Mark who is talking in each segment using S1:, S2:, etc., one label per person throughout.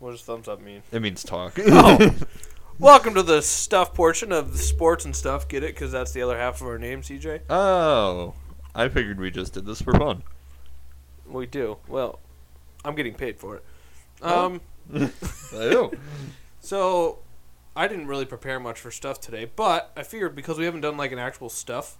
S1: that mean?
S2: It means talk.
S1: Oh. Welcome to the stuff portion of the sports and stuff. Get it? Because that's the other half of our name, CJ.
S2: oh. I figured we just did this for fun.
S1: We do. Well, I'm getting paid for it. Um,
S2: Ew.
S1: So, I didn't really prepare much for stuff today, but I figured because we haven't done like an actual stuff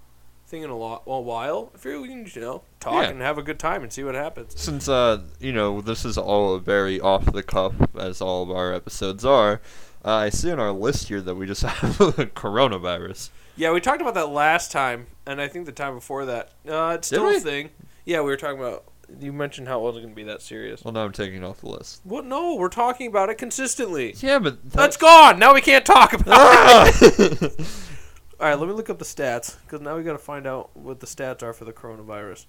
S1: thing in a, lot, a while, I figured we can, you know, talk
S2: Yeah.
S1: and have a good time and see what happens.
S2: Since uh, you know, this is all very off the cuff, as all of our episodes are. Uh, I see on our list here that we just have coronavirus.
S1: Yeah, we talked about that last time, and I think the time before that. Uh, it's
S2: Did
S1: still
S2: we?
S1: a thing. Yeah, we were talking about. You mentioned how it wasn't going to be that serious.
S2: Well, now I'm taking it off the list.
S1: Well, no, we're talking about it consistently.
S2: Yeah, but
S1: That's gone. Now we can't talk about it.
S2: Ah!
S1: All right, let me look up the stats because now we got to find out what the stats are for the coronavirus.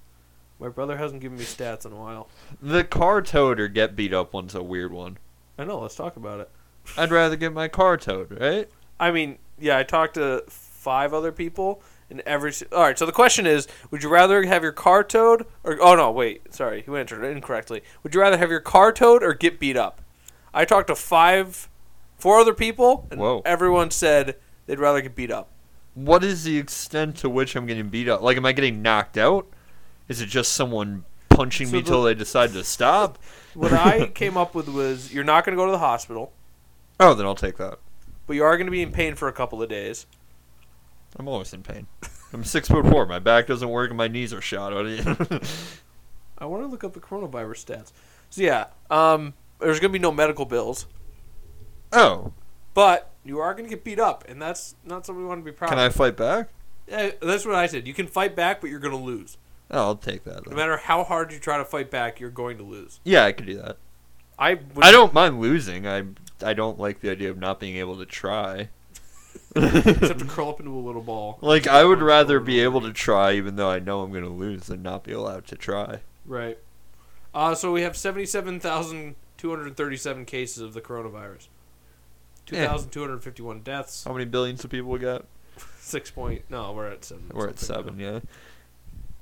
S1: My brother hasn't given me stats in a while.
S2: the car towed or get beat up one's a weird one.
S1: I know. Let's talk about it.
S2: I'd rather get my car towed, right?
S1: I mean, yeah, I talked to five other people, and every. si- All right, so the question is: Would you rather have your car towed, or oh no, wait, sorry, you answered it incorrectly. Would you rather have your car towed or get beat up? I talked to five, four other people, and
S2: Whoa.
S1: everyone said they'd rather get beat up.
S2: What is the extent to which I'm getting beat up? Like, am I getting knocked out? Is it just someone punching
S1: So
S2: me
S1: the-
S2: till they decide to stop?
S1: What I came up with was: You're not going to go to the hospital,
S2: Oh, then I'll take that.
S1: but you are going to be in pain for a couple of days.
S2: I'm always in pain. I'm six foot four. My back doesn't work, and my knees are shot.
S1: I want to look up the coronavirus stats. So yeah, um, there's going to be no medical bills.
S2: oh,
S1: But you are going to get beat up, and that's not something we want to be proud
S2: can
S1: of.
S2: I fight back?
S1: Eh, that's what I said. You can fight back, but you're going to lose.
S2: Oh, I'll take that.
S1: No
S2: Then.
S1: matter how hard you try to fight back, you're going to lose.
S2: Yeah, I could do that.
S1: I would,
S2: I don't mind losing. I I don't like the idea of not being able to try.
S1: except to curl up into a little ball.
S2: Like I would rather be able to try, even though I know I'm gonna lose, than not be allowed to try.
S1: Right. Uh, so we have seventy-seven thousand two hundred thirty-seven cases of the
S2: Eh.
S1: coronavirus. Two
S2: Yeah.
S1: thousand two hundred fifty-one deaths.
S2: How many billions of people we got?
S1: Six point. No, we're at seven.
S2: We're at
S1: something
S2: seven.
S1: now.
S2: Yeah.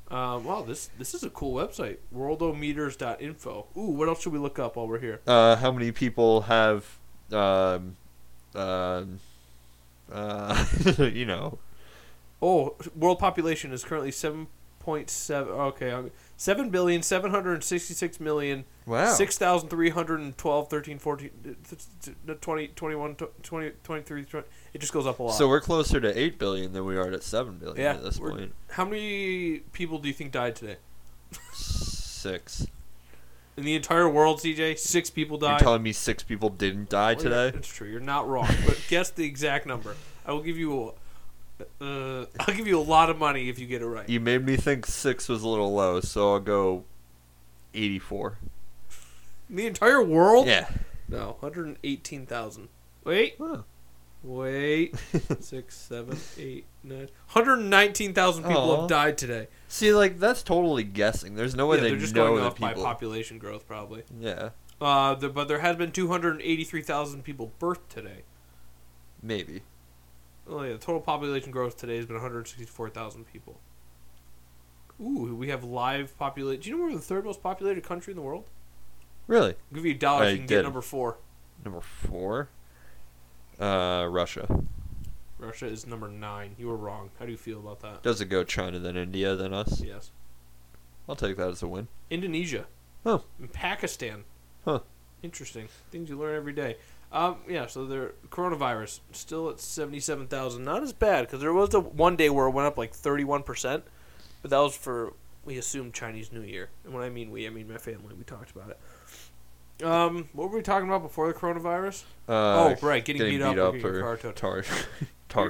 S1: Um, wow, this this is a cool website. Worldometers.info. Ooh, what else should we look up while we're here?
S2: Uh, how many people have, um, um, uh, you know,
S1: Oh, world population is currently seven point seven. Okay, I'm- seven billion seven hundred sixty-six million
S2: wow,
S1: six thousand three hundred twelve thirteen fourteen uh, twenty twenty-one tw- twenty twenty-three. 20 it just goes up a lot.
S2: So we're closer to eight billion than we are to seven billion
S1: Yeah,
S2: at this
S1: we're-
S2: point.
S1: how many people do you think died today
S2: Six.
S1: in the entire world? CJ, six people
S2: You're
S1: died
S2: telling me six people didn't die
S1: Well, yeah,
S2: today?
S1: It's true. You're not wrong. But guess the exact number. I will give you. A, uh, I'll give you a lot of money if you get it right.
S2: You made me think six was a little low, so I'll go eighty-four.
S1: The entire world?
S2: Yeah.
S1: No, 118,000. Wait,
S2: Huh.
S1: wait. Six, seven, eight, nine. 119,000 people
S2: Aw.
S1: have died today.
S2: See, like that's totally guessing. There's no way
S1: yeah,
S2: they
S1: they're just
S2: know
S1: going
S2: the
S1: off by
S2: people.
S1: population growth, probably.
S2: yeah,
S1: Uh, there, but there has been 283,000 people birthed today.
S2: maybe.
S1: Oh, yeah, the total population growth today has been 164,000 people. Ooh, we have live population. Do you know we're the third most populated country in the world?
S2: Really,
S1: I'll give you a dollar
S2: I
S1: if you can get
S2: did.
S1: number four.
S2: number four. Uh, Russia.
S1: Russia is number nine. You were wrong. How do you feel about that?
S2: Does it go China then India then us?
S1: Yes.
S2: I'll take that as a win.
S1: Indonesia.
S2: Oh.
S1: And Pakistan.
S2: Huh.
S1: Interesting. Things you learn every day. Um, yeah, so the coronavirus still at 77,000. Not as bad because there was a one day where it went up like 31%, but that was for, we assumed Chinese New Year. And when I mean we, I mean my family. We talked about it. Um, what were we talking about before the coronavirus?
S2: Uh,
S1: oh, right, getting, beat, up, or getting your car towed.
S2: tar
S1: Your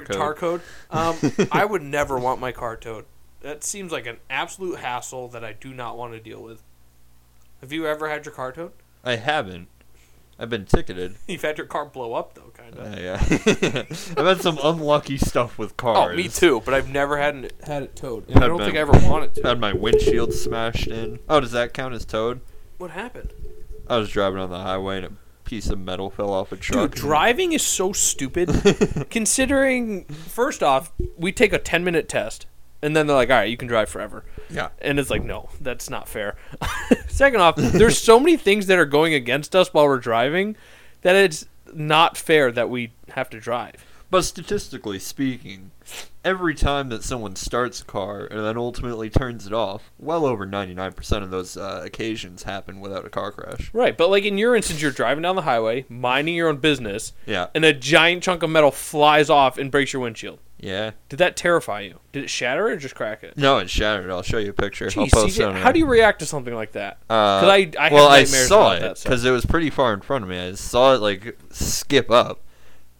S2: tar
S1: Tar
S2: code.
S1: code. Um, I would never want my car towed. That seems like an absolute hassle that I do not want to deal with. Have you ever had your car towed?
S2: I haven't. I've been ticketed.
S1: You've had your car blow up though, kind of.
S2: Uh, yeah. I've had some unlucky stuff with cars.
S1: oh, me too. But I've never had it, had it towed. And
S2: Had
S1: I don't
S2: my-
S1: think I ever wanted to.
S2: Had my windshield smashed in. Oh, does that count as towed?
S1: What happened?
S2: I was driving on the highway and a piece of metal fell off a truck.
S1: Dude, driving is so stupid. Considering, first off, we take a ten minute test, and then they're like, "All right, you can drive forever."
S2: Yeah.
S1: And it's like, no, that's not fair. Second off, there's so many things that are going against us while we're driving that it's not fair that we have to drive.
S2: But statistically speaking, every time that someone starts a car and then ultimately turns it off, well over 99% of those uh, occasions happen without a car crash.
S1: Right, but like in your instance, you're driving down the highway, minding your own business,
S2: Yeah.
S1: and a giant chunk of metal flies off and breaks your windshield.
S2: Yeah.
S1: Did that terrify you? Did it shatter or just crack it?
S2: No, it shattered. I'll show you a picture. I'll
S1: Jeez,
S2: post
S1: CJ,
S2: it on
S1: how
S2: our-
S1: do you react to something like that?
S2: Uh,
S1: 'Cause I- I have
S2: well, I
S1: nightmares
S2: saw
S1: about
S2: it
S1: that stuff.
S2: because it was pretty far in front of me. I saw it like skip up,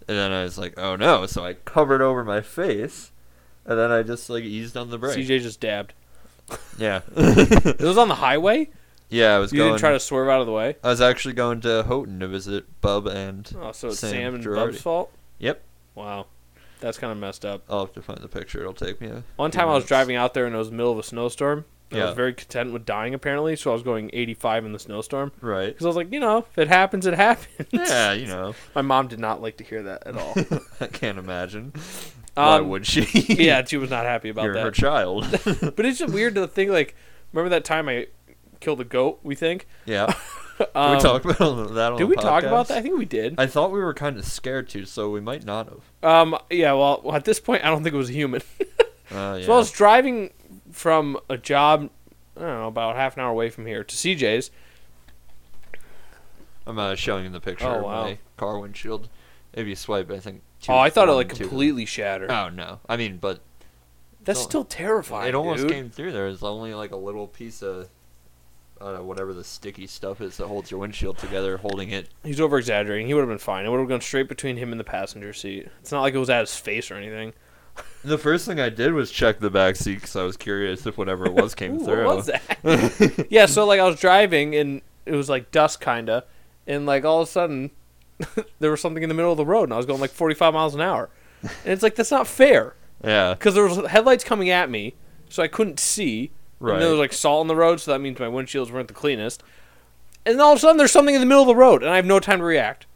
S2: and then I was like, "Oh no!" So I covered over my face, and then I just like eased on the brake.
S1: CJ just dabbed.
S2: Yeah,
S1: It was on the highway.
S2: yeah. I was
S1: You
S2: going.
S1: didn't try to swerve out of the way.
S2: I was actually going to Houghton to visit Bub and.
S1: Oh, so it's
S2: Sam
S1: Sam, and
S2: Girardi.
S1: Bub's fault.
S2: Yep,
S1: Wow, that's kind of messed up.
S2: I'll have to find the picture. It'll take me. A
S1: One
S2: few
S1: time I was
S2: minutes.
S1: driving out there and it was the middle of a snowstorm. and I
S2: Yeah.
S1: was very content with dying apparently, so I was going 85 in the snowstorm
S2: Right.
S1: because I was like, you know, if it happens, it happens.
S2: Yeah, you know,
S1: My mom did not like to hear that at all.
S2: I can't imagine. Why
S1: Um,
S2: would she?
S1: yeah, she was not happy about
S2: you're her
S1: that.
S2: child.
S1: but it's just weird to think like, remember that time I killed a goat? We think.
S2: yeah,
S1: Um,
S2: we talked about that. On
S1: Did
S2: the
S1: we talk
S2: podcast?
S1: about that? I think we did.
S2: I thought we were kind of scared to, so we might not have.
S1: Um, yeah. Well, at this point, I don't think it was human.
S2: Uh, yeah.
S1: So I was driving from a job, I don't know, about half an hour away from here to CJ's.
S2: I'm uh, showing you the picture
S1: Oh,
S2: of
S1: wow.
S2: my car windshield. If you swipe, I think. two-
S1: Oh, I thought it
S2: one,
S1: like
S2: two.
S1: completely shattered.
S2: Oh no! I mean, but
S1: That's
S2: don't-
S1: still terrifying.
S2: it almost
S1: dude.
S2: came through. There's only like a little piece of uh, whatever the sticky stuff is that holds your windshield together, holding it.
S1: He's over exaggerating. He would have been fine. It would have gone straight between him and the passenger seat. It's not like it was at his face or anything.
S2: The first thing I did was check the back seat because I was curious if whatever it was came
S1: Ooh,
S2: through.
S1: What was that? yeah, so like I was driving and it was like dusk kinda, and like all of a sudden there was something in the middle of the road and I was going like 45 miles an hour, and it's like that's not fair.
S2: Yeah,
S1: because there was headlights coming at me, so I couldn't see. And
S2: Right.
S1: there was like salt on the road, so that means my windshields weren't the cleanest. And all of a sudden, there's something in the middle of the road, and I have no time to react.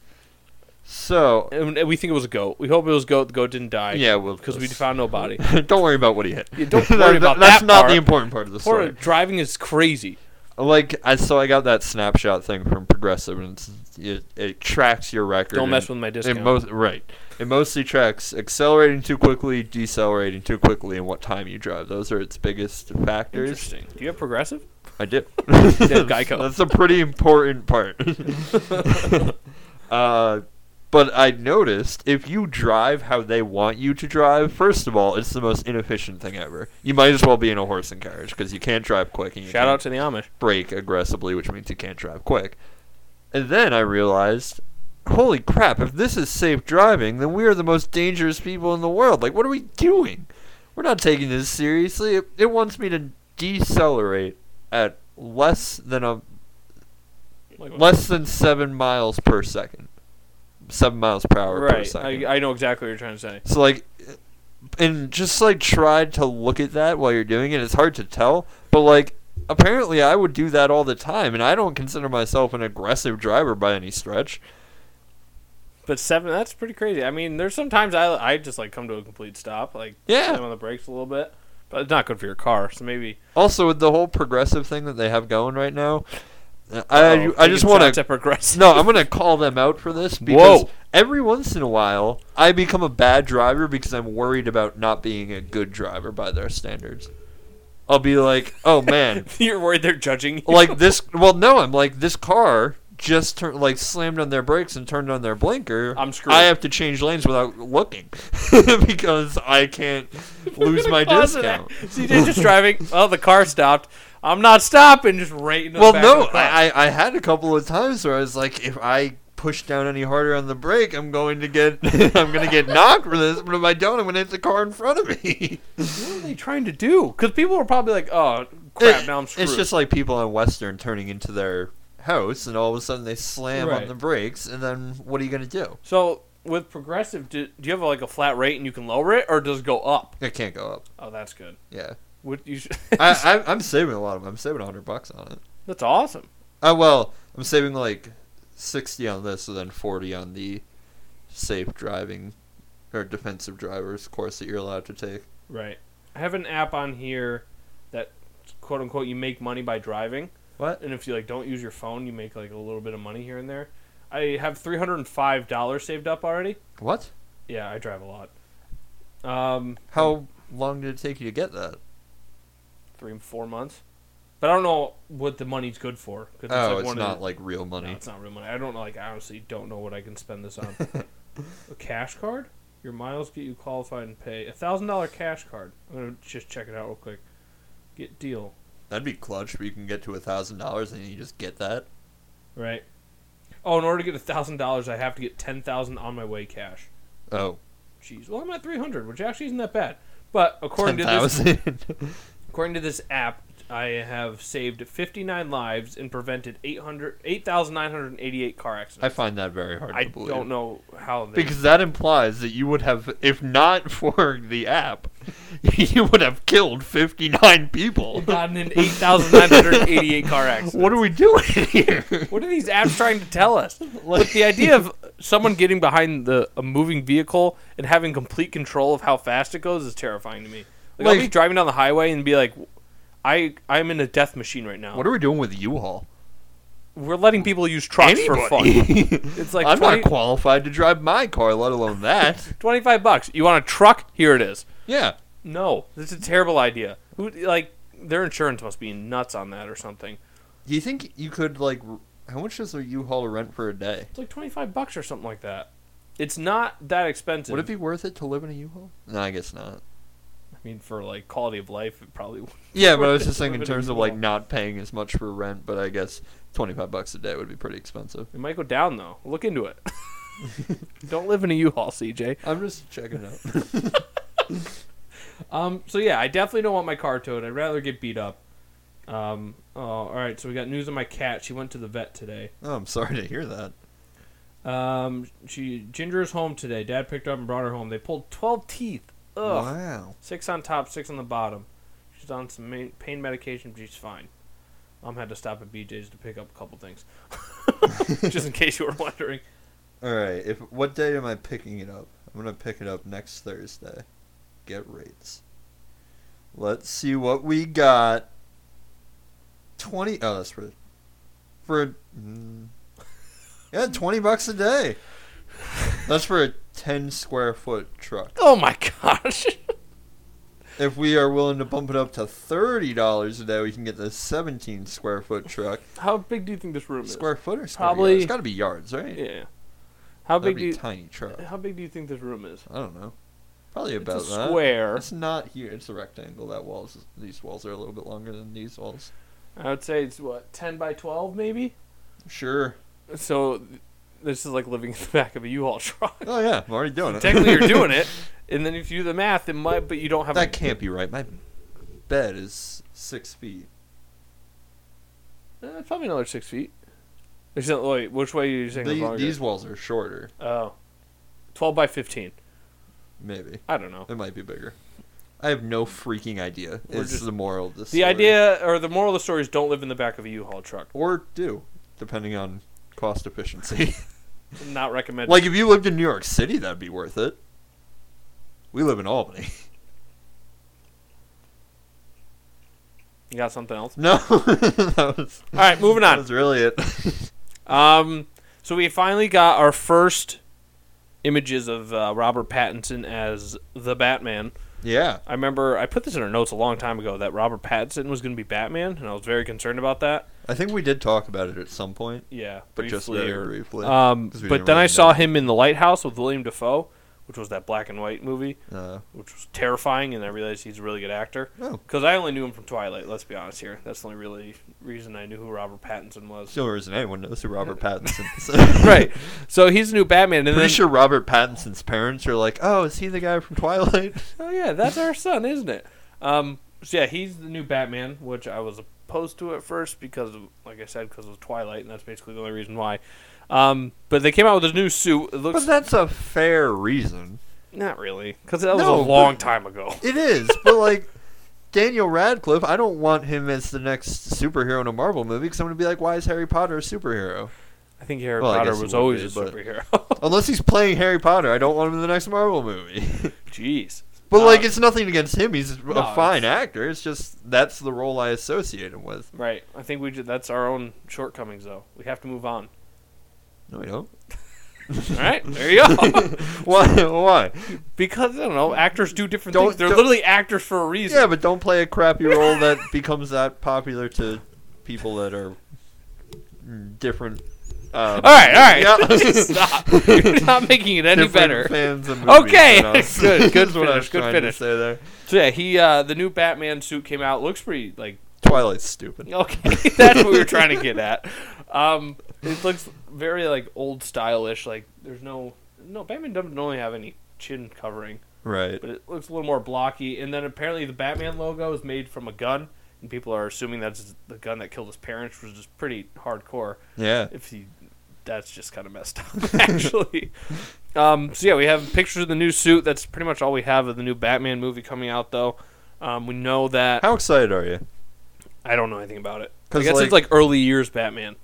S2: so
S1: And and we think it was a goat. We hope it was a goat. The goat didn't die.
S2: Yeah, well,
S1: because we found no body.
S2: don't worry about what he hit.
S1: Yeah, don't worry about
S2: That's
S1: that
S2: not
S1: part.
S2: the important part of the
S1: Poor
S2: story.
S1: driving is crazy.
S2: Like I so I got that snapshot thing from Progressive, and it's, it, it tracks your record.
S1: Don't mess
S2: and-
S1: with my
S2: and
S1: discount.
S2: most- right, it mostly tracks accelerating too quickly, decelerating too quickly, and what time you drive. Those are its biggest factors.
S1: Interesting. Do you have progressive?
S2: I do.
S1: have Geico.
S2: That's a pretty important part. uh, but I noticed if you drive how they want you to drive, first of all, it's the most inefficient thing ever. You might as well be in a horse and carriage because you can't drive quick. And you
S1: Shout
S2: can't
S1: out to the Amish.
S2: brake aggressively, which means you can't drive quick. And then I realized, holy crap, if this is safe driving, then we are the most dangerous people in the world. Like, what are we doing? We're not taking this seriously. It, it wants me to decelerate at less than a
S1: Like,
S2: less than seven miles per second, seven miles per hour per
S1: right.
S2: second.
S1: I, I know exactly what you're trying to say.
S2: So like, and just like try to look at that while you're doing it. It's hard to tell, but like apparently I would do that all the time, and I don't consider myself an aggressive driver by any stretch.
S1: But seven, that's pretty crazy. I mean, there's sometimes I, I just like come to a complete stop, like
S2: Yeah.
S1: slam on the brakes a little bit, but it's not good for your car. So maybe
S2: Also, with the whole progressive thing that they have going right now, uh, I
S1: Oh,
S2: I just
S1: taking
S2: want
S1: shots
S2: to.
S1: at progressive.
S2: No, I'm gonna call them out for this because
S1: Whoa.
S2: every once in a while I become a bad driver because I'm worried about not being a good driver by their standards. I'll be like, "Oh man,
S1: You're worried they're judging you.
S2: like this well no i'm like this car just turned like slammed on their brakes and turned on their blinker
S1: I'm screwed.
S2: i have to change lanes without looking because i can't lose my
S1: Cause of
S2: discount
S1: that. CJ just driving. Oh, the car stopped. I'm not stopping. Just right into
S2: well
S1: the back
S2: no
S1: of the car.
S2: I, I I had a couple of times where i was like if i push down any harder on the brake i'm going to get i'm going to get knocked for this but if i don't i'm going to hit the car in front of me
S1: what are they trying to do? Because people were probably like, "Oh crap,
S2: It-
S1: now I'm screwed."
S2: It's just like people on Western turning into their house, and all of a sudden they slam on
S1: Right.
S2: the brakes, and then what are you going to do?
S1: so with progressive. Do, do you have like a flat rate and you can lower it, or does it go up?
S2: It can't go up.
S1: Oh, that's good.
S2: Yeah,
S1: What you? Should,
S2: I, I, I'm saving a lot of. I'm saving hundred bucks on it.
S1: that's awesome.
S2: Uh, well, I'm saving like sixty on this, and then forty on the safe driving or defensive drivers course that you're allowed to take.
S1: Right. I have an app on here that quote unquote you make money by driving.
S2: What?
S1: And if you like don't use your phone, you make like a little bit of money here and there. I have three hundred and five dollars saved up already.
S2: What?
S1: Yeah, I drive a lot. Um,
S2: How long did it take you to get that?
S1: three four months, but I don't know what the money's good for. 'cause
S2: oh,
S1: one
S2: it's
S1: of
S2: not
S1: the-
S2: like real
S1: No,
S2: money.
S1: it's not real money. I don't like. I honestly don't know what I can spend this on. a cash card? Your miles get you qualified and pay a thousand dollar cash card. I'm gonna just check it out real quick. Get deal
S2: That'd be clutch. Where you can get to a thousand dollars and you just get that.
S1: right. Oh, in order to get a thousand dollars, I have to get ten thousand on my way cash.
S2: Oh,
S1: Jeez, well I'm at three hundred, which actually isn't that bad. But according
S2: ten
S1: to this
S2: thousand.
S1: According to this app, I have saved 59 lives and prevented 800 8,988 car
S2: I
S1: accidents.
S2: find that very hard
S1: I
S2: to believe.
S1: don't know how they
S2: Because that implies that you would have, if not for the app, you would have killed 59 people.
S1: gotten in 8,988 car accidents.
S2: What are we doing here?
S1: What are these apps trying to tell us? Like the idea of someone getting behind the a moving vehicle and having complete control of how fast it goes is terrifying to me. Like, I'll be
S2: Like-
S1: driving down the highway and be like, I I'm in a death machine right now.
S2: What are we doing with U-Haul?
S1: We're letting people use trucks for fun. It's like
S2: I'm
S1: 20,
S2: not qualified to drive my car, let alone that.
S1: 25 bucks. You want a truck? Here it is.
S2: yeah.
S1: No, that's a terrible idea. Who like their insurance must be nuts on that or something.
S2: Do you think you could, like, r- how much does a U-Haul rent for a day?
S1: It's like twenty five bucks or something like that. It's not that expensive.
S2: Would it be worth it to live in a U-Haul? No, I guess not.
S1: I mean, for like quality of life, it probably. would.
S2: Yeah, but I
S1: Worth
S2: was
S1: it
S2: just
S1: to
S2: thinking in
S1: live in a
S2: terms of, like,
S1: U-Haul.
S2: not paying as much for rent, but I guess 25 bucks a day would be pretty expensive.
S1: It might go down though. Look into it. Don't live in a U haul, CJ.
S2: I'm just checking it out.
S1: Um. So yeah, I definitely don't want my car towed. I'd rather get beat up. Um. Oh, all right. So we got news on my cat. She went to the vet today.
S2: Oh, I'm sorry to hear that.
S1: Um. She Ginger is home today. Dad picked her up and brought her home. They pulled twelve teeth. Ugh.
S2: Wow.
S1: Six on top, six on the bottom. She's on some main, pain medication, but she's fine. Mom had to stop at BJ's to pick up a couple things, just in case you were wondering.
S2: All right. If what day am I picking it up? I'm gonna pick it up next Thursday. Get rates. Let's see what we got. Twenty. Oh, that's for for mm, yeah, twenty bucks a day. That's for a ten square foot truck.
S1: Oh my gosh!
S2: If we are willing to bump it up to thirty dollars a day, we can get the seventeen square foot truck.
S1: How big do you think this room is?
S2: Square foot or square
S1: Probably-
S2: yard? It's got to be yards, right?
S1: Yeah. How
S2: That'd
S1: big do
S2: be
S1: you,
S2: tiny truck.
S1: how big do you think this room is?
S2: I don't know. Probably
S1: It's
S2: about
S1: a
S2: that.
S1: square.
S2: It's not here. It's a rectangle. That walls. These walls are a little bit longer than these walls.
S1: I would say it's what ten by twelve, maybe.
S2: Sure.
S1: So th- this is like living in the back of a U-Haul truck.
S2: Oh yeah, I'm already doing it.
S1: Technically, you're doing it, and then if you do the math, it might. But you don't have a-
S2: that can't be right. My bed is six feet.
S1: Eh, probably another six feet. Is that- wait, which way are you saying
S2: The-
S1: the, longer?
S2: these walls are shorter.
S1: Oh. 12 by 15.
S2: Maybe
S1: I don't know.
S2: it might be bigger. I have no freaking idea.
S1: We're
S2: It's
S1: just-
S2: the moral of this.
S1: The idea, or the moral of the story is don't live in the back of a U-Haul truck.
S2: or do, depending on cost efficiency.
S1: Not recommended.
S2: like if you lived in New York City, that'd be worth it. We live in Albany.
S1: you got something else?
S2: No, that was
S1: All right, moving
S2: that
S1: on.
S2: was really it.
S1: Um, so we finally got our first images of uh, Robert Pattinson as the Batman.
S2: yeah.
S1: I remember I put this in our notes a long time ago that Robert Pattinson was going to be Batman, and I was very concerned about that.
S2: I think we did talk about it at some point,
S1: Yeah,
S2: but just
S1: briefly
S2: very
S1: or-
S2: briefly.
S1: Um,
S2: 'cause we
S1: but
S2: didn't
S1: then
S2: really
S1: I saw
S2: know.
S1: him in The Lighthouse with William Defoe, which was that black and white movie.
S2: Uh,
S1: which was terrifying, and I realized he's a really good actor.
S2: Oh.
S1: Because I only knew him from Twilight, let's be honest here. That's the only really reason I knew who Robert Pattinson was.
S2: it's the only reason anyone knows who Robert Pattinson is.
S1: right. So he's the new Batman, and
S2: Pretty
S1: then,
S2: sure Robert Pattinson's parents are like, "Oh, is he the guy from Twilight?"
S1: Oh, yeah, that's our son, isn't it? Um, so, yeah, he's the new Batman, which I was opposed to at first because, of, like I said, because of Twilight, and that's basically the only reason why. Um, but they came out with this new suit. It looks
S2: But that's a fair reason.
S1: not really because that was
S2: No,
S1: a
S2: but-
S1: long time ago.
S2: It is, but like Daniel Radcliffe, I don't want him as the next superhero in a Marvel movie because I'm gonna be like, "Why is Harry Potter a superhero?"
S1: I think Harry
S2: Well, I
S1: Potter
S2: guess it
S1: was
S2: would
S1: always
S2: be,
S1: a
S2: but-
S1: superhero.
S2: Unless he's playing Harry Potter, I don't want him in the next Marvel movie.
S1: Jeez.
S2: But
S1: Uh,
S2: like, it's nothing against him. He's
S1: no,
S2: a fine actor. It's just that's the role I associate him with.
S1: Right. I think we ju- that's our own shortcomings though. We have to move on.
S2: No, I don't.
S1: All right, there you go.
S2: Why? Why?
S1: because I don't know, actors do different
S2: Don't-
S1: things. They're
S2: don't-
S1: literally actors for a reason.
S2: Yeah, but don't play a crappy role that becomes that popular to people that are different.
S1: All
S2: Um,
S1: right, all right.
S2: Yeah.
S1: Stop. You're not making it any
S2: different
S1: better.
S2: Fans of movies,
S1: Okay.
S2: you know.
S1: Good, good
S2: That's what I
S1: finish,
S2: was
S1: good
S2: trying to
S1: finish.
S2: say there.
S1: So yeah, he uh, the new Batman suit came out. Looks pretty like
S2: Twilight's stupid.
S1: okay. that's what we were trying to get at. Um, it looks very like old stylish. Like there's no no Batman doesn't normally have any chin covering,
S2: Right.
S1: but it looks a little more blocky. And then apparently the Batman logo is made from a gun, and people are assuming that's the gun that killed his parents, which is pretty hardcore.
S2: Yeah.
S1: if you that's just kind of messed up actually um, so yeah we have pictures of the new suit that's pretty much all we have of the new batman movie coming out though um, we know that
S2: How excited are you?
S1: i don't know anything about it
S2: 'Cause,
S1: i guess
S2: like-
S1: it's like early years batman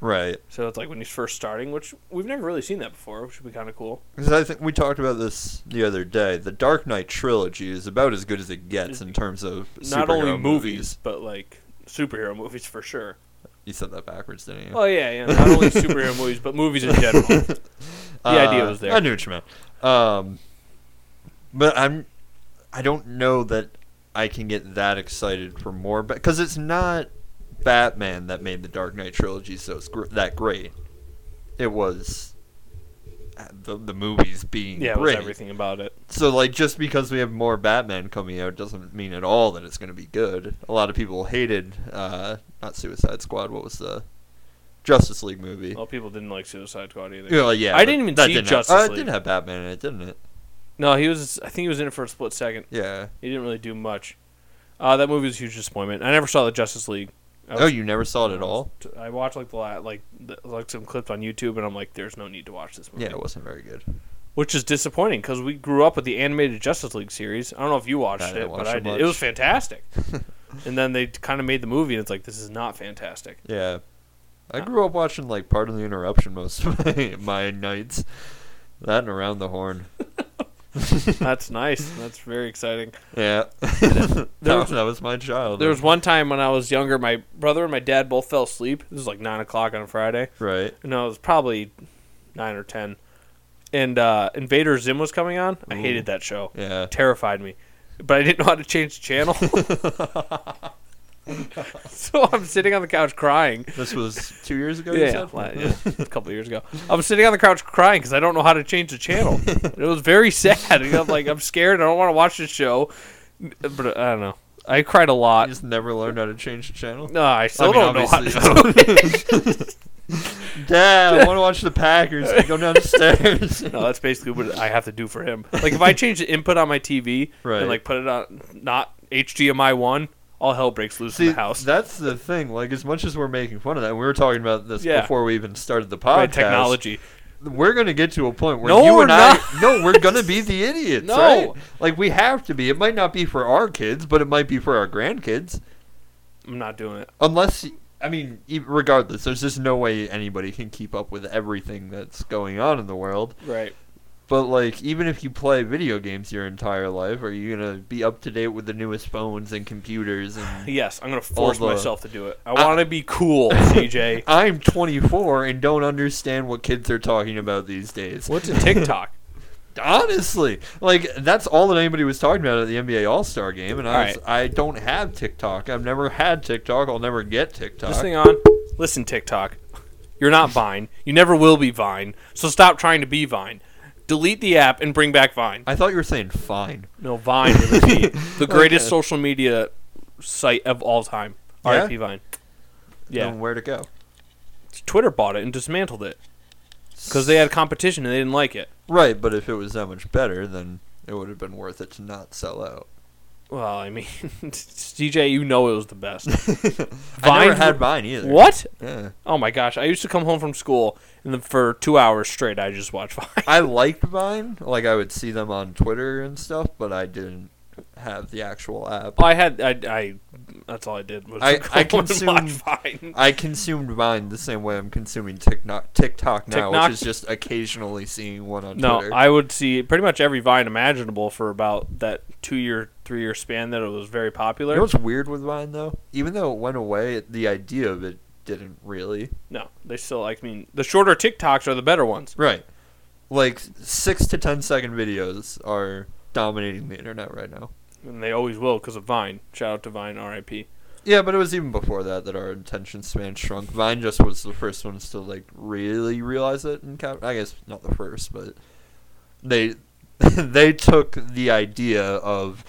S2: Right.
S1: so it's like when he's first starting which we've never really seen that before which would be kind of cool
S2: Because I think we talked about this the other day. The Dark Knight trilogy is about as good as it gets in terms of
S1: not only
S2: superhero
S1: movies but like superhero movies for sure
S2: You said that backwards, didn't you?
S1: oh yeah yeah not only superhero movies but movies in general the idea was there.
S2: Uh, I knew what you meant. Um, but I'm, I don't know that I can get that excited for more, because it's not Batman that made the Dark Knight trilogy so it's gr- that great. It was uh, the the movies being
S1: yeah it was
S2: great.
S1: everything about it
S2: So like just because we have more Batman coming out doesn't mean at all that it's going to be good. A lot of people hated uh not Suicide Squad, what was the Justice League movie?
S1: well people didn't like suicide squad either
S2: Yeah, yeah.
S1: I
S2: but
S1: didn't even
S2: that
S1: see
S2: didn't
S1: Justice
S2: have, uh,
S1: League.
S2: it did have Batman in it, didn't it?
S1: no he was i think he was in it for a split second
S2: Yeah.
S1: He didn't really do much. Uh, that movie was a huge disappointment. I never saw the Justice League. I
S2: oh,
S1: was-
S2: you never saw it at all?
S1: I watched like the la- like the, like some clips on YouTube, and I'm like, there's no need to watch this movie.
S2: Yeah, it wasn't very good.
S1: which is disappointing because we grew up with the animated Justice League series. I don't know if you watched
S2: I
S1: it,
S2: didn't
S1: but
S2: watch
S1: I
S2: it
S1: did.
S2: much.
S1: It was fantastic. and then they kind of made the movie, and it's like this is not fantastic.
S2: Yeah. I
S1: Uh,
S2: grew up watching like part of the interruption most of my, my nights. That and around the horn.
S1: That's nice. That's very exciting.
S2: Yeah. that,
S1: There
S2: was, that was my childhood.
S1: There was one time when I was younger, my brother and my dad both fell asleep. This was like nine o'clock on a Friday.
S2: right.
S1: No, it was probably nine or ten. And uh, Invader Zim was coming on. I hated that show.
S2: Yeah.
S1: It terrified me. But I didn't know how to change the channel. so I'm sitting on the couch crying.
S2: This was two years ago. You
S1: Yeah,
S2: said?
S1: la- yeah, a couple of years ago. I was sitting on the couch crying because I don't know how to change the channel. it was very sad. And I'm like, I'm scared. I don't want to watch this show. But uh, I don't know. I cried a
S2: I
S1: lot.
S2: just never learned how to change the channel.
S1: No, I still
S2: mean,
S1: don't know how to
S2: obviously you Dad, I want to watch the Packers. Can you Go down the stairs.
S1: No, that's basically what I have to do for him. Like if I change the input on my TV
S2: Right.
S1: and like put it on not HDMI one, all hell breaks loose
S2: See,
S1: in the house.
S2: that's the thing. Like, as much as we're making fun of that, and we were talking about this
S1: Yeah.
S2: before we even started the
S1: By
S2: podcast.
S1: technology.
S2: We're gonna get to a point where
S1: No,
S2: you
S1: we're
S2: and I, no, we're gonna be the idiots,
S1: No.
S2: right? Like, we have to be. It might not be for our kids, but it might be for our grandkids.
S1: I'm not doing it.
S2: Unless, I mean, e- regardless, there's just no way anybody can keep up with everything that's going on in the world.
S1: Right.
S2: But like, even if you play video games your entire life, are you gonna be up to date with the newest phones and computers? And
S1: Yes, I'm gonna force
S2: Although-
S1: myself to do it. I want to be cool, CJ.
S2: I'm 24 and don't understand what kids are talking about these days.
S1: What's a TikTok?
S2: Honestly, like that's all that anybody was talking about at the NBA All Star game, and I was,
S1: Alright.
S2: I don't have TikTok. I've never had TikTok. I'll never get TikTok.
S1: this thing on. Listen, TikTok. You're not Vine. You never will be Vine. So stop trying to be Vine. Delete the app and bring back Vine.
S2: I thought you were saying fine.
S1: No, Vine with a V. the greatest social media site of all time.
S2: Yeah?
S1: RIP Vine. Yeah.
S2: Then where to go?
S1: Twitter bought it and dismantled it because they had competition and they didn't like it.
S2: Right, but if it was that much better, then it would have been worth it to not sell out.
S1: Well, I mean, DJ, you know it was the best.
S2: I never
S1: Vine-
S2: had mine either.
S1: what?
S2: Yeah.
S1: Oh my gosh! I used to come home from school and then for two hours straight, I just watched Vine.
S2: I liked Vine. Like I would see them on Twitter and stuff, but I didn't have the actual app.
S1: I had I, I that's all I did was
S2: I-
S1: come
S2: I
S1: home and watch
S2: consume-
S1: Vine.
S2: I consumed Vine the same way I'm consuming TikTok, TikTok now,
S1: TikTok?
S2: which is just occasionally seeing one on
S1: No,
S2: Twitter.
S1: I would see pretty much every Vine imaginable for about that two year, three year span that it was very popular.
S2: You know what's weird with Vine though? Even though it went away, it- the idea of it didn't really.
S1: No, they still. Like, I mean, the shorter TikToks are the better ones.
S2: Right. Like six to ten second videos are dominating the internet right now.
S1: and they always will because of Vine. Shout out to Vine, R.I.P.
S2: Yeah, but it was even before that that our attention span shrunk. Vine just was the first ones to like really realize it and cap- I guess not the first, but they they took the idea of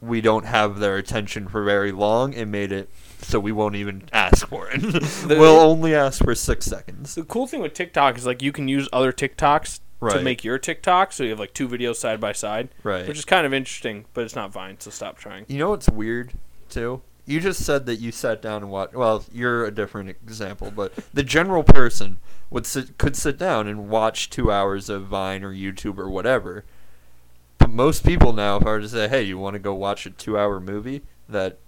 S2: we don't have their attention for very long and made it so we won't even ask for it. we'll only ask for 6 seconds.
S1: The cool thing with TikTok is like you can use other TikToks to
S2: Right.
S1: make your TikTok, so you have like two videos side by side,
S2: Right.
S1: which is kind of interesting. But it's not Vine, so stop trying.
S2: You know what's weird too? You just said that you sat down and watched. Well, you're a different example, but the general person would sit, could sit down and watch two hours of Vine or YouTube or whatever. But most people now, if I were to say, "Hey, you want to go watch a two-hour movie that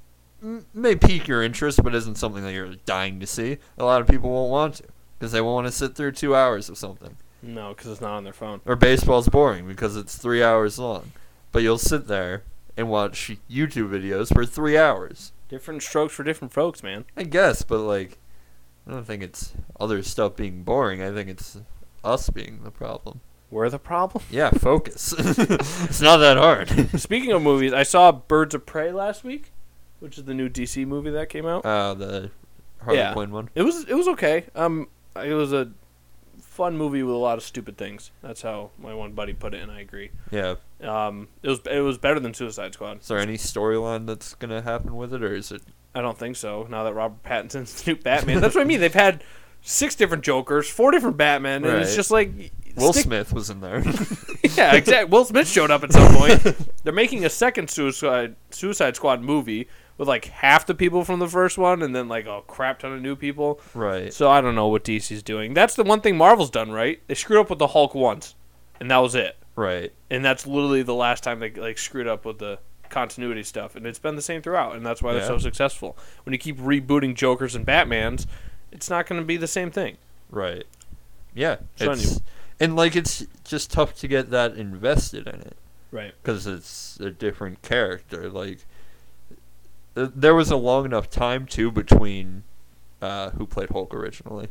S2: m- may pique your interest, but isn't something that you're dying to see," a lot of people won't want to because they won't want to sit through two hours of something.
S1: No, because it's not on their phone.
S2: Or baseball's boring because it's three hours long, but you'll sit there and watch YouTube videos for three hours.
S1: Different strokes for different folks, man.
S2: I guess, but like, I don't think it's other stuff being boring. I think it's us being the problem.
S1: We're the problem.
S2: Yeah, focus. it's not that hard.
S1: Speaking of movies, I saw Birds of Prey last week, which is the new DC movie that came out.
S2: Uh, the Harley
S1: Yeah.
S2: Quinn one.
S1: It was it was okay. Um, it was a fun movie with a lot of stupid things. That's how my one buddy put it, and I agree.
S2: Yeah.
S1: Um, it was it was better than Suicide Squad.
S2: Is there any storyline that's gonna happen with it, or is it?
S1: I don't think so. Now that Robert Pattinson's the new Batman, that's what I mean. They've had six different Jokers, four different Batman, and it's
S2: Right.
S1: just like
S2: Will
S1: stick-
S2: Smith was in there.
S1: Yeah, exactly. Will Smith showed up at some point. They're making a second Suicide Suicide Squad movie with like half the people from the first one, and then like a crap ton of new people.
S2: right.
S1: So I don't know what DC's doing. That's the one thing Marvel's done right. They screwed up with the Hulk once, and that was it.
S2: Right.
S1: And that's literally the last time they like screwed up with the continuity stuff. And it's been the same throughout, and that's why they're
S2: Yeah.
S1: so successful. When you keep rebooting Jokers and Batmans, it's not going to be the same thing.
S2: Right. Yeah.
S1: So anyway.
S2: It's, and like, it's just tough to get that invested in it.
S1: Right.
S2: because it's a different character. Like, th- there was a long enough time too between uh, who played Hulk originally.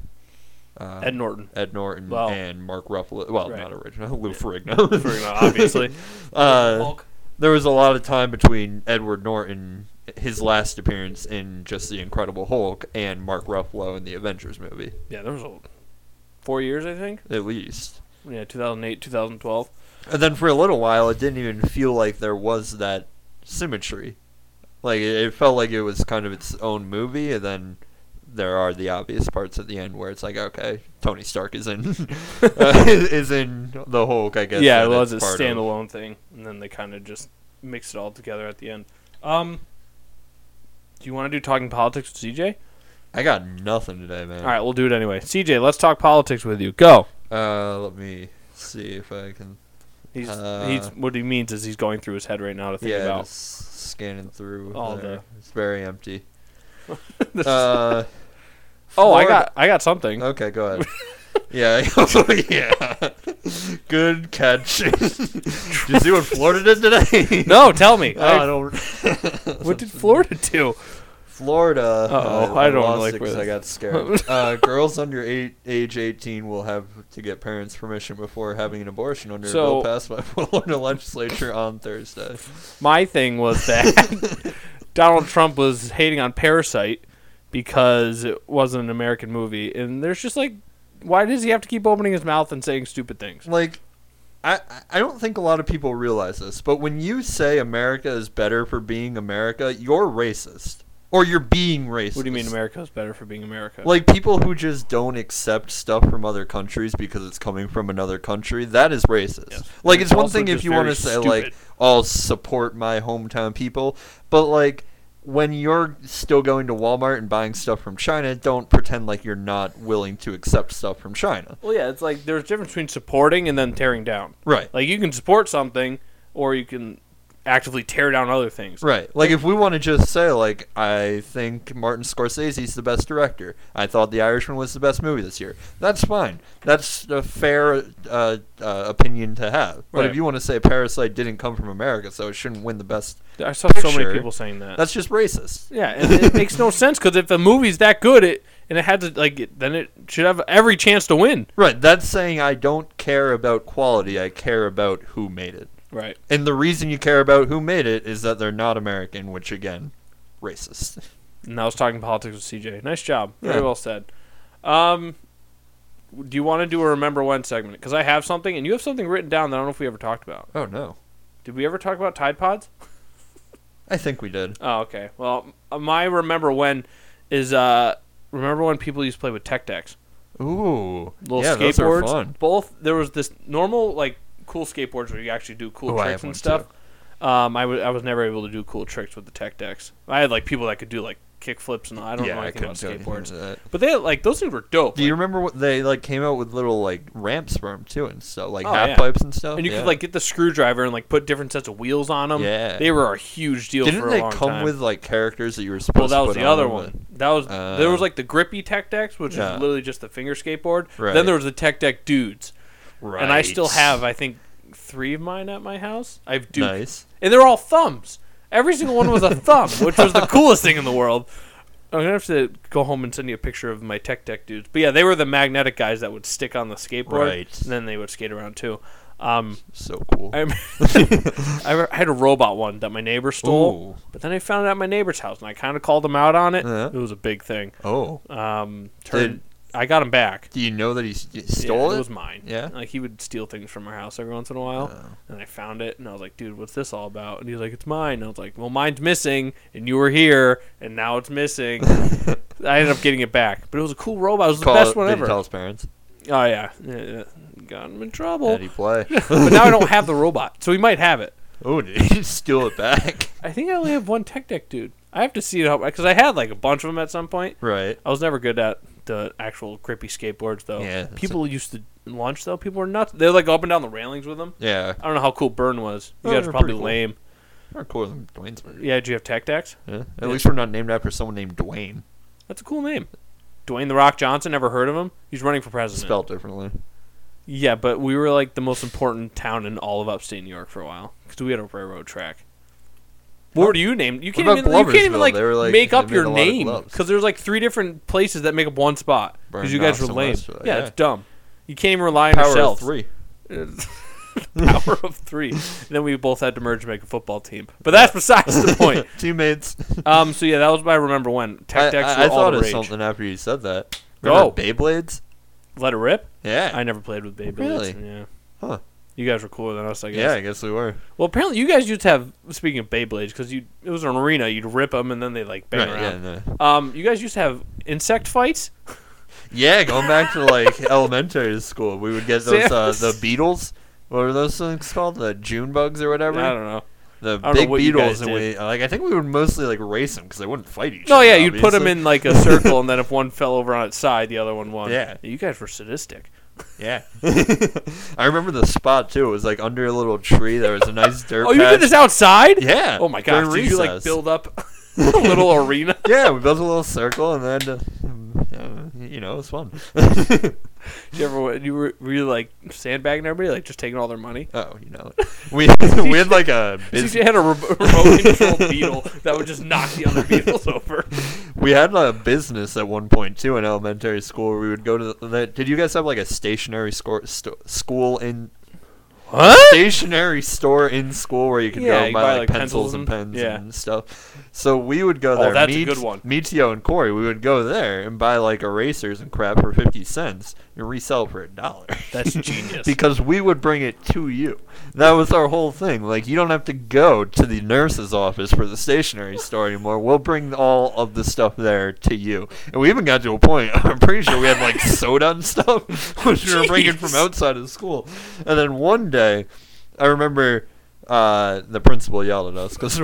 S2: Uh,
S1: Ed Norton.
S2: Ed Norton
S1: Well-
S2: and Mark Ruffalo. Well,
S1: Right.
S2: not original. Lou Ferrigno.
S1: Obviously.
S2: uh,
S1: Hulk.
S2: there was a lot of time between Edward Norton, his last appearance in just the Incredible Hulk, and Mark Ruffalo in the Avengers movie,
S1: Yeah, there was a, four years, I think.
S2: at least.
S1: Yeah, 2008, 2012.
S2: And then for a little while, it didn't even feel like there was that symmetry. Like it, it felt like it was kind of its own movie, and then there are the obvious parts at the end where it's like, okay, Tony Stark is in, uh, is in the Hulk, I guess.
S1: yeah, it
S2: that
S1: was a
S2: it's part of.
S1: standalone thing, and then they kind of just mixed it all together at the end. Um, do you want to do talking politics with CJ?
S2: I got nothing today, man.
S1: All right, we'll do it anyway. CJ, let's talk politics with you. Go.
S2: Uh, let me see if I can.
S1: He's,
S2: Uh,
S1: he's what he means is he's going through his head right now to think
S2: Yeah,
S1: about.
S2: just scanning through.
S1: All
S2: there.
S1: the-
S2: It's very empty. uh,
S1: Oh, I
S2: Florida-
S1: got I got something.
S2: Okay, go ahead. yeah, oh, yeah. Good catch. did you see what Florida did today?
S1: no, tell me.
S2: Oh, I
S1: I-
S2: don't.
S1: what did Florida do?
S2: Florida.
S1: Uh-oh,
S2: uh,
S1: I don't
S2: lost
S1: like
S2: it 'cause
S1: where-
S2: I got scared. uh, girls under eight, age eighteen will have to get parents' permission before having an abortion under
S1: So-
S2: a bill passed by Florida legislature on Thursday.
S1: My thing was that Donald Trump was hating on Parasite because it wasn't an American movie, and there's just like, why does he have to keep opening his mouth and saying stupid things?
S2: Like, I I don't think a lot of people realize this, but when you say America is better for being America, you're racist. Or you're being racist.
S1: What do you mean America is better for being America?
S2: Like people who just don't accept stuff from other countries because it's coming from another country, that is racist.
S1: Yes.
S2: Like
S1: It's
S2: it's, one
S1: also
S2: thing if
S1: just
S2: you want
S1: very
S2: to say like
S1: stupid.
S2: I'll support my hometown people, but like when you're still going to Walmart and buying stuff from China, don't pretend like you're not willing to accept stuff from China.
S1: well, yeah, it's like there's a difference between supporting and then tearing down.
S2: Right.
S1: Like you can support something, or you can actively tear down other things.
S2: Right. Like, if we want to just say, like, I think Martin Scorsese's the best director. I thought The Irishman was the best movie this year. That's fine. That's a fair uh, uh, opinion to have. But if
S1: Right.
S2: you want to say Parasite didn't come from America, so it shouldn't win the best,
S1: I saw so
S2: Picture.
S1: many people saying that.
S2: that's just racist.
S1: yeah, and it makes no sense because if the movie's that good, it and it had to like it, then it should have every chance to win.
S2: Right. That's saying I don't care about quality. I care about who made it.
S1: Right.
S2: And the reason you care about who made it is that they're not American, which, again, racist.
S1: And I was talking politics with CJ. Nice job. Very
S2: Yeah.
S1: well said. Um, do you want to do a remember when segment? Because I have something, and you have something written down that I don't know if we ever talked about.
S2: Oh, no.
S1: Did we ever talk about Tide Pods?
S2: I think we did.
S1: Oh, okay. Well, m- my remember when is uh remember when people used to play with tech decks,
S2: Ooh.
S1: little
S2: yeah,
S1: skateboards.
S2: Those are fun.
S1: Both there was this normal like cool skateboards where you actually do cool
S2: Oh, I have
S1: tricks
S2: one,
S1: and stuff. Um, I was I was never able to do cool tricks with the tech decks. I had like people that could do like kick flips and I don't know anything about
S2: couldn't do
S1: skateboards,
S2: anything with that.
S1: but they had, like those things were dope.
S2: Do you remember what they like came out with little like ramps for them too and stuff, like
S1: Oh,
S2: half
S1: yeah.
S2: pipes and stuff?
S1: and you
S2: Yeah.
S1: could like get the screwdriver and like put different sets of wheels on them.
S2: Yeah.
S1: they were a huge deal.
S2: didn't
S1: for a
S2: they
S1: long
S2: come
S1: time.
S2: with like characters that you were
S1: Well,
S2: supposed?
S1: that
S2: to
S1: was
S2: put
S1: the
S2: on
S1: other
S2: them,
S1: one. That was there was like the grippy tech decks, which
S2: Yeah.
S1: is literally just the finger skateboard.
S2: Right.
S1: Then there was the tech deck dudes,
S2: but- Right.
S1: and I still have I think three of mine at my house. I've dude,
S2: Nice.
S1: and they're all thumbs. Every single one was a thumb, which was the coolest thing in the world. I'm gonna have to go home and send you a picture of my tech deck dudes. But yeah, they were the magnetic guys that would stick on the skateboard,
S2: Right.
S1: and then they would skate around too. Um,
S2: So cool.
S1: I, rem- I re- I had a robot one that my neighbor stole,
S2: Ooh.
S1: but then I found it at my neighbor's house, and I kind of called him out on it.
S2: Uh-huh.
S1: It was a big thing.
S2: Oh,
S1: Um, turned, I got him back.
S2: do you know that he s- he
S1: Yeah,
S2: stole
S1: it?
S2: it?
S1: was mine.
S2: Yeah? Oh.
S1: like he would steal things from our house every once in a while, and I found it, and I was like, "Dude, what's this all about?" And he's like, "It's mine." And I was like, "Well, mine's missing, and you were here, and now it's missing." I ended up getting it back, but it was a cool robot. It was
S2: Call-
S1: the best one
S2: did
S1: ever.
S2: He tell his parents.
S1: Oh yeah, Yeah, yeah. got him in trouble.
S2: Did he play?
S1: but now I don't have the robot, so he might have it.
S2: oh, did he steal it back?
S1: I think I only have one tech deck, dude. I have to see it how because I had like a bunch of them at some point.
S2: right.
S1: I was never good at the actual grippy skateboards though.
S2: Yeah, that's
S1: people used to lunch though. People were nuts. They're like up and down the railings with them.
S2: Yeah.
S1: I don't know how cool Burn was. You
S2: Oh,
S1: guys
S2: they're
S1: were probably
S2: pretty cool.
S1: lame.
S2: More cooler than Dwayne's. Burger.
S1: Yeah, did you have tech decks?
S2: Yeah. At
S1: Yeah.
S2: least we're not named after someone named Dwayne.
S1: That's a cool name. Dwayne the Rock Johnson. Never heard of him? He's running for president.
S2: Spelled differently.
S1: Yeah, but we were like the most important town in all of upstate New York for a while because we had a railroad track. What were you named? You can't
S2: about
S1: even you can't even
S2: Gloversville?
S1: like,
S2: They were, like-
S1: make
S2: they
S1: up
S2: made
S1: your
S2: a lot of
S1: name
S2: gloves.
S1: because there's like three different places that make up one spot because you guys were
S2: Burn
S1: lame.
S2: Knox and Westfield,
S1: yeah,
S2: yeah.
S1: it's dumb. You can't even rely on
S2: Power of
S1: yourself.
S2: three.
S1: Power of three. And then we both had to merge and make a football team. But that's besides the point.
S2: Teammates.
S1: Um. So yeah, that was my remember when
S2: I,
S1: tech decks
S2: I-
S1: were
S2: I
S1: all
S2: thought
S1: the
S2: of
S1: rage.
S2: something after you said that.
S1: Go.
S2: Remember Beyblades?
S1: Let it rip.
S2: Yeah.
S1: I never played with Beyblades.
S2: Really?
S1: Yeah.
S2: Huh.
S1: You guys were cooler than us, I guess.
S2: yeah, I guess we were.
S1: Well, apparently you guys used to have. Speaking of Beyblades, because you it was an arena, you'd rip them and then they like bang
S2: Right, yeah,
S1: around.
S2: no.
S1: Um, you guys used to have insect fights.
S2: yeah, going back to like elementary school, we would get those
S1: Sam-
S2: uh, the beetles. What are those things called? The June bugs or whatever.
S1: I don't know.
S2: The
S1: know
S2: big
S1: what you guys
S2: beetles, and we like. I think we would mostly like race them because they wouldn't fight each
S1: No,
S2: other.
S1: yeah, you'd put them
S2: obviously.
S1: in like a circle, and then if one fell over on its side, the other one won.
S2: Yeah.
S1: you guys were sadistic.
S2: Yeah, I remember the spot too. It was like under a little tree. There was a nice dirt.
S1: Oh, you
S2: patch.
S1: did this outside?
S2: Yeah.
S1: Oh my gosh, did
S2: during
S1: you like
S2: recess.
S1: build up a little arena?
S2: Yeah, we built a little circle, and then uh, you know it was fun.
S1: Did you ever you were, were you like sandbagging everybody, like just taking all their money?
S2: Oh, you know, it. we we had like a
S1: Since
S2: biz-
S1: you had a re- remote control beetle that would just knock the other beetles over.
S2: we had a business at one point too in elementary school. Where we would go to the, the did you guys have like a stationary score, sto- school in
S1: What?
S2: stationary store in school where you could
S1: Yeah,
S2: go
S1: you
S2: and
S1: could
S2: buy,
S1: buy,
S2: like,
S1: like,
S2: pencils
S1: pencils
S2: and,
S1: and-
S2: pens
S1: yeah.
S2: and stuff. So we would go
S1: Oh,
S2: there.
S1: that's a
S2: me,
S1: good one.
S2: Me, Tio, and Corey, we would go there and buy like erasers and crap for fifty cents and resell for a dollar.
S1: That's genius.
S2: because we would bring it to you. That was our whole thing. Like you don't have to go to the nurse's office for the stationery store anymore. We'll bring all of the stuff there to you. And we even got to a point. I'm pretty sure we had like soda and stuff, which we were bringing from outside of school. And then one day, I remember. Uh, the principal yelled at us because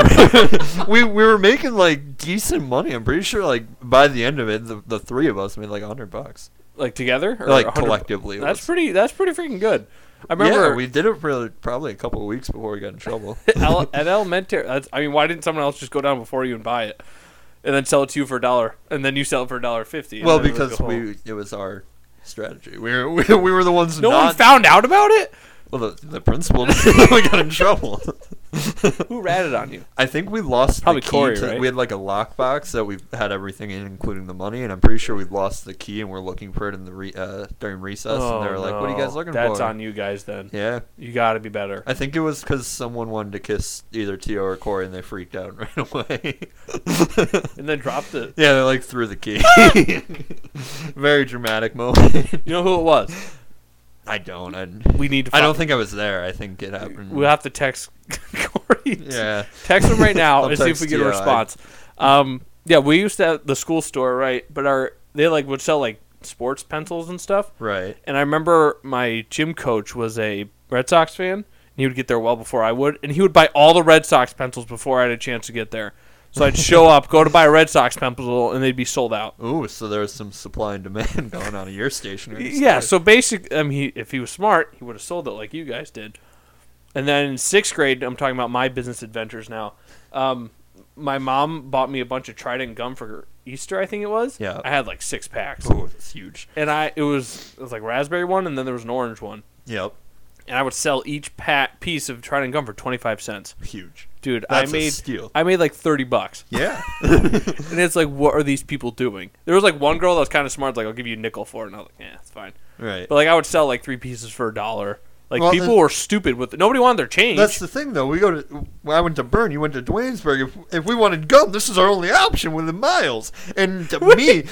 S2: we we were making like decent money. I'm pretty sure like by the end of it, the, the three of us made like hundred bucks,
S1: like together or
S2: like
S1: 100
S2: collectively. it
S1: That's
S2: was.
S1: pretty. That's pretty freaking good. I remember
S2: yeah, we did it for probably a couple of weeks before we got in trouble.
S1: ele- at elementary. That's, I mean, why didn't someone else just go down before you and buy it, and then sell it to you for a dollar, and then you sell it for a dollar fifty? and
S2: well,
S1: then it would
S2: because
S1: go home.
S2: we it was our strategy. We were we, we were the ones
S1: no
S2: not.
S1: one found out about it.
S2: well, the, the principal. we got in trouble.
S1: Who ratted on you?
S2: I think we lost
S1: Probably
S2: the key.
S1: Corey,
S2: to,
S1: right?
S2: We had like a lockbox that we had everything in, including the money, and I'm pretty sure we lost the key and we're looking for it in the re- uh, during recess. and they were like, "What are you guys looking
S1: Oh, That's
S2: for?"
S1: That's on you guys then.
S2: Yeah,
S1: You got to be better.
S2: I think it was because someone wanted to kiss either Tio or Corey, and they freaked out and ran away.
S1: And then dropped it.
S2: yeah, they like threw the key. Very dramatic moment.
S1: You know who it was?
S2: I don't. I,
S1: We need to.
S2: I
S1: find-
S2: don't think I was there. I think it happened.
S1: We'll have to text Corey.
S2: yeah,
S1: Text him right now
S2: I'll
S1: and see if
S2: text
S1: we get a
S2: you. uh, I-
S1: response. Um, yeah, we used to have the school store, right? But our they like would sell like sports pencils and stuff.
S2: right.
S1: And I remember my gym coach was a Red Sox fan, and he would get there well before I would, and he would buy all the Red Sox pencils before I had a chance to get there. So I'd show up, go to buy a Red Sox pencil, and they'd be sold out.
S2: Ooh, so there was some supply and demand going on at your stationery.
S1: Yeah, so
S2: store.
S1: basic. I mean, he, if he was smart, he would have sold it like you guys did. And then in sixth grade, I'm talking about my business adventures now. Um, my mom bought me a bunch of Trident gum for Easter, I think it was.
S2: Yeah.
S1: I had like six packs,
S2: Ooh, it's huge.
S1: and I it was it was like raspberry one, and then there was an orange one,
S2: Yep,
S1: and I would sell each pack piece of Trident gum for twenty five cents.
S2: huge.
S1: Dude,
S2: That's
S1: I
S2: a
S1: made
S2: steal.
S1: I made like thirty bucks.
S2: Yeah.
S1: And it's like, what are these people doing? There was like one girl that was kind of smart, like, I'll give you a nickel for it. And I was like, yeah, it's fine.
S2: Right.
S1: But like I would sell like three pieces for a dollar. Like
S2: Well,
S1: people
S2: and-
S1: were stupid with nobody wanted their change.
S2: That's the thing, though. We go to. Well, I went to Bern. You went to Dwaynesburg. If, if we wanted gum, this is our only option within miles. And to me,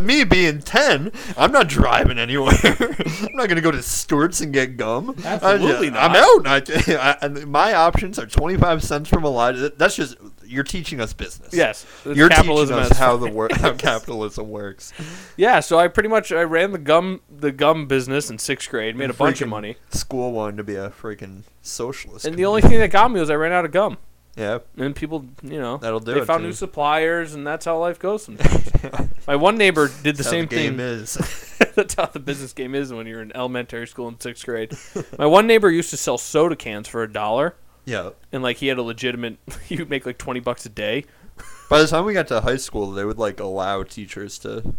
S2: me being ten, I'm not driving anywhere. I'm not going to go to Stewart's and get gum.
S1: Absolutely
S2: I,
S1: not.
S2: I'm out. I, I, and my options are twenty five cents from a lot. That's just you're teaching us business.
S1: yes, it's
S2: You're
S1: capitalism.
S2: teaching
S1: as-
S2: us how the wor- how capitalism works.
S1: yeah, so I pretty much I ran the gum the gum business in sixth grade, made a bunch of
S2: Freaking
S1: money,
S2: School wanted to be a freaking socialist.
S1: and the only thing that got me was I ran out of gum.
S2: yeah,
S1: And people, you know,
S2: That'll do
S1: they
S2: it
S1: found
S2: to
S1: new
S2: you.
S1: suppliers, and that's how life goes. Sometimes. My one neighbor did the
S2: that's how
S1: same
S2: game
S1: thing.
S2: is.
S1: that's how the business game is when you're in elementary school in sixth grade. My one neighbor used to sell soda cans for a dollar,
S2: yeah.
S1: and like he had a legitimate. He would make like twenty bucks a day.
S2: By the time we got to high school, they would like allow teachers to,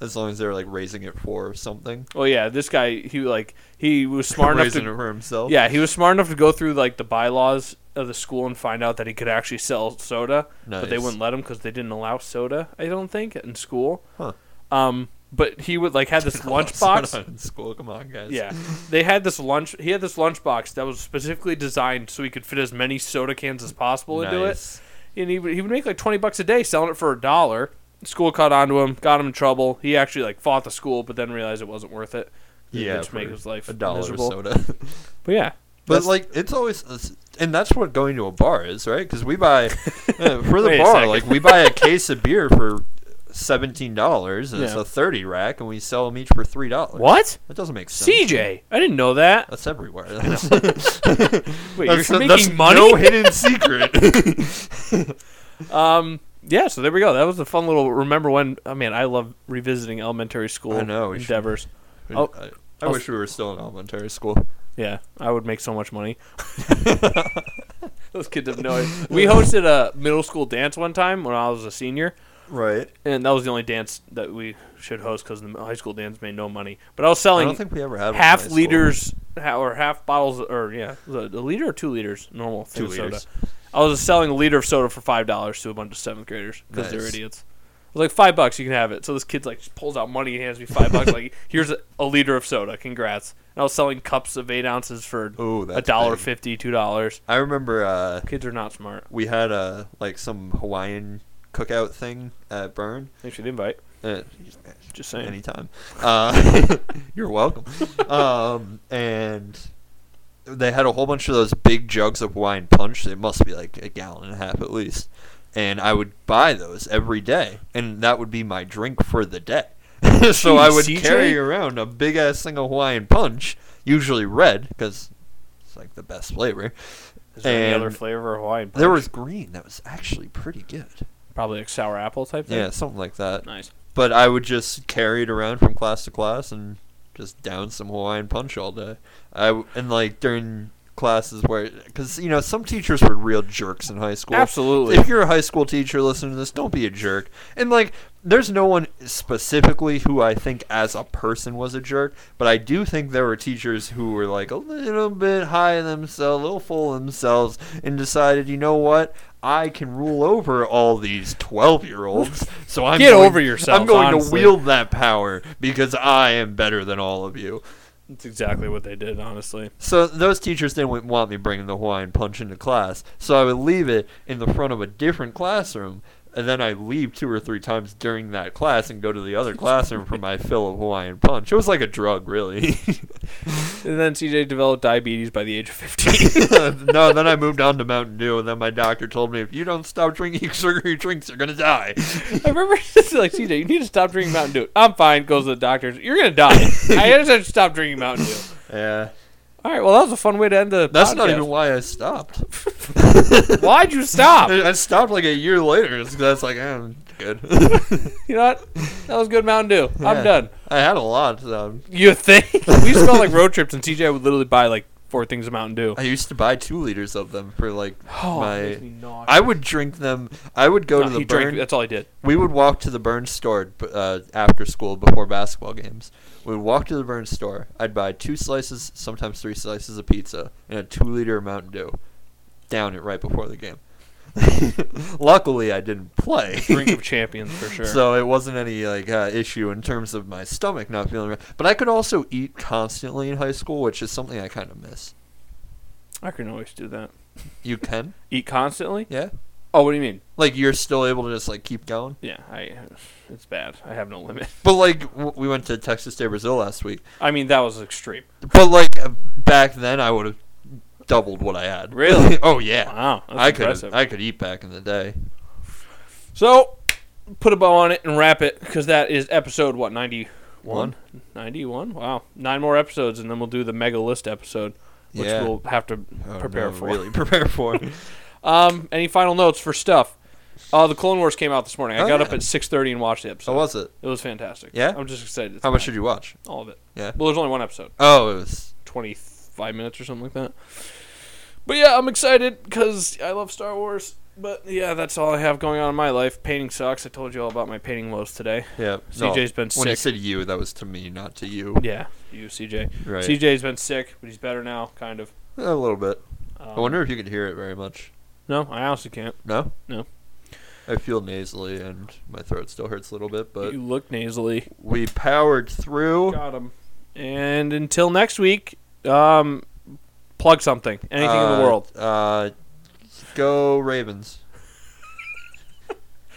S2: as long as they were like raising it for something,
S1: Well, yeah, this guy, he like he was smart enough
S2: raising it
S1: to
S2: for himself.
S1: yeah, he was smart enough to go through like the bylaws of the school and find out that he could actually sell soda, but they
S2: Nice.
S1: wouldn't let him because they didn't allow soda. I don't think in school.
S2: Huh.
S1: Um, but he would like had this
S2: Come on, it's
S1: lunchbox.
S2: not in school. Come on, guys.
S1: Yeah, they had this lunch. He had this lunchbox that was specifically designed so he could fit as many soda cans as possible into it
S2: Nice.
S1: and he would, he would make like 20 bucks a day selling it for a dollar school caught onto him got him in trouble he actually like fought the school but then realized it wasn't worth it
S2: Yeah,
S1: which made
S2: for
S1: his life
S2: a dollar
S1: miserable
S2: soda.
S1: but yeah
S2: but
S1: That's-
S2: like, it's always, it's- and that's what going to a bar is, right? Because we buy uh, for the
S1: Wait a
S2: bar,
S1: second.
S2: like we buy a case of beer for seventeen dollars, and it's
S1: Yeah.
S2: a thirty rack, and we sell them each for three dollars.
S1: what
S2: That doesn't make sense.
S1: cj i didn't know that
S2: That's everywhere.
S1: wait
S2: That's-
S1: you're
S2: that's
S1: making money
S2: No hidden secret.
S1: um yeah so there we go that was a fun little remember when i mean i love revisiting elementary school
S2: I know, we should-
S1: endeavors Oh,
S2: I, I
S1: I'll-
S2: wish we were still in elementary school.
S1: yeah i would make so much money those kids have no idea. we hosted a middle school dance one time when i was a senior
S2: Right.
S1: and that was the only dance that we should host because the high school dance made no money. But I was
S2: I
S1: selling
S2: don't think we ever had one in high
S1: half
S2: school.
S1: liters ha- or half bottles, or yeah, the, the liter or two liters, normal thing
S2: Two
S1: of
S2: liters.
S1: soda. I was selling a liter of soda for five dollars to a bunch of seventh graders because they're
S2: Nice.
S1: idiots. I was like five bucks, you can have it. So this kid like just pulls out money and hands me five bucks. Like here's a, a liter of soda, congrats. And I was selling cups of eight ounces for
S2: Ooh,
S1: a
S2: that's
S1: dollar
S2: big.
S1: fifty, two dollars.
S2: I remember uh,
S1: Kids are not smart.
S2: we had uh, like some Hawaiian cookout thing at Burn.
S1: Thanks for the invite.
S2: Uh,
S1: Just saying.
S2: anytime. Uh, you're welcome. Um, and they had a whole bunch of those big jugs of Hawaiian punch. They must be like a gallon and a half at least. And I would buy those every day, and that would be my drink for the day. so I
S1: Jeez,
S2: would
S1: CJ.
S2: carry around a big ass thing of Hawaiian punch, usually red because it's like the best flavor.
S1: Is there any other
S2: And
S1: flavor of Hawaiian?
S2: There
S1: punch?
S2: was green that was actually pretty good.
S1: probably like sour apple type thing.
S2: Yeah, something like that
S1: Nice.
S2: but I would just carry it around from class to class and just down some Hawaiian punch all day. I w- and like during classes where because you know some teachers were real jerks in high school.
S1: Absolutely.
S2: If you're a high school teacher listening to this, don't be a jerk. And like, there's no one specifically who I think as a person was a jerk, but I do think there were teachers who were like a little bit high in themselves, a little full of themselves, and decided, you know what? I can rule over all these twelve-year-olds, so I'm
S1: Get
S2: going-
S1: over yourself,
S2: I'm going
S1: honestly.
S2: to wield that power because I am better than all of you.
S1: That's exactly what they did, honestly.
S2: So those teachers didn't want me bringing the Hawaiian punch into class, so I would leave it in the front of a different classroom, and then I leave two or three times during that class and go to the other classroom for my fill of Hawaiian punch. It was like a drug, really.
S1: And then CJ developed diabetes by the age of 15.
S2: no, then I moved on to Mountain Dew, and then my doctor told me if you don't stop drinking sugary drinks, you're gonna die.
S1: I remember just like, CJ, you need to stop drinking Mountain Dew. I'm fine. Goes to the doctor. You're going to die. I just have to stop drinking Mountain Dew.
S2: Yeah,
S1: All right. Well, that was a fun way to end the
S2: that's
S1: podcast.
S2: not even why I stopped.
S1: Why'd you stop?
S2: I I stopped like a year later. It's 'cause That's like, eh, I'm good.
S1: You know what? That was good Mountain Dew.
S2: Yeah.
S1: I'm done.
S2: I had a lot. So
S1: You think? we used to go on like road trips, and CJ would literally buy like four things of Mountain Dew.
S2: I used to buy two liters of them for like
S1: Oh,
S2: my.
S1: it makes me nauseous.
S2: I would drink them. I would go
S1: No,
S2: to the
S1: he drank-
S2: burn.
S1: that's all he did.
S2: we would walk to the burn store b- uh, after school before basketball games. We would walk to the burn store. I'd buy two slices, sometimes three slices of pizza, and a two liter of Mountain Dew. Down it right before the game. Luckily, I didn't play.
S1: Drink of champions for sure.
S2: So it wasn't any like uh, issue in terms of my stomach not feeling right, but I could also eat constantly in high school, which is something I kind of miss.
S1: I can always do that.
S2: You can,
S1: Eat constantly?
S2: yeah,
S1: Oh, what do you mean?
S2: like you're still able to just like keep going.
S1: Yeah, I. It's bad. I have no limit.
S2: But like w- we went to Texas Day Brazil last week.
S1: I mean, that was extreme.
S2: But like uh, back then, I would have doubled what I had.
S1: Really?
S2: oh yeah.
S1: Wow, that's
S2: I
S1: impressive.
S2: could I could eat back in the day.
S1: So, put a bow on it and wrap it because that is episode what ninety one.
S2: One.
S1: 91? Wow. Nine more episodes, and then we'll do the mega list episode, which
S2: Yeah.
S1: we'll have to
S2: Oh,
S1: prepare
S2: no,
S1: for.
S2: Really prepare for.
S1: Um, any final notes for stuff? Uh, the Clone Wars came out this morning. I
S2: Oh,
S1: got
S2: yeah.
S1: up at six thirty and watched the
S2: How
S1: episode.
S2: was it?
S1: It was fantastic.
S2: Yeah?
S1: I'm just excited. It's
S2: How much
S1: back.
S2: did you watch?
S1: All of it.
S2: Yeah.
S1: Well, there's only one episode,
S2: Oh, it was.
S1: twenty five minutes or something like that. But yeah, I'm excited because I love Star Wars. But yeah, that's all I have going on in my life. Painting sucks. I told you all about my painting woes today.
S2: Yeah.
S1: CJ's been
S2: When you
S1: sick.
S2: said you, that was to me, not to you.
S1: Yeah, you CJ.
S2: Right.
S1: CJ's been sick, but he's better now, kind of.
S2: A little bit.
S1: Um,
S2: I wonder if you could hear it very much.
S1: No, I honestly can't.
S2: No.
S1: No.
S2: I feel nasally and my throat still hurts a little bit, but
S1: you look nasally.
S2: we powered through.
S1: Got him. And until next week, um, plug something, anything in
S2: Uh,
S1: the world.
S2: Uh, go Ravens.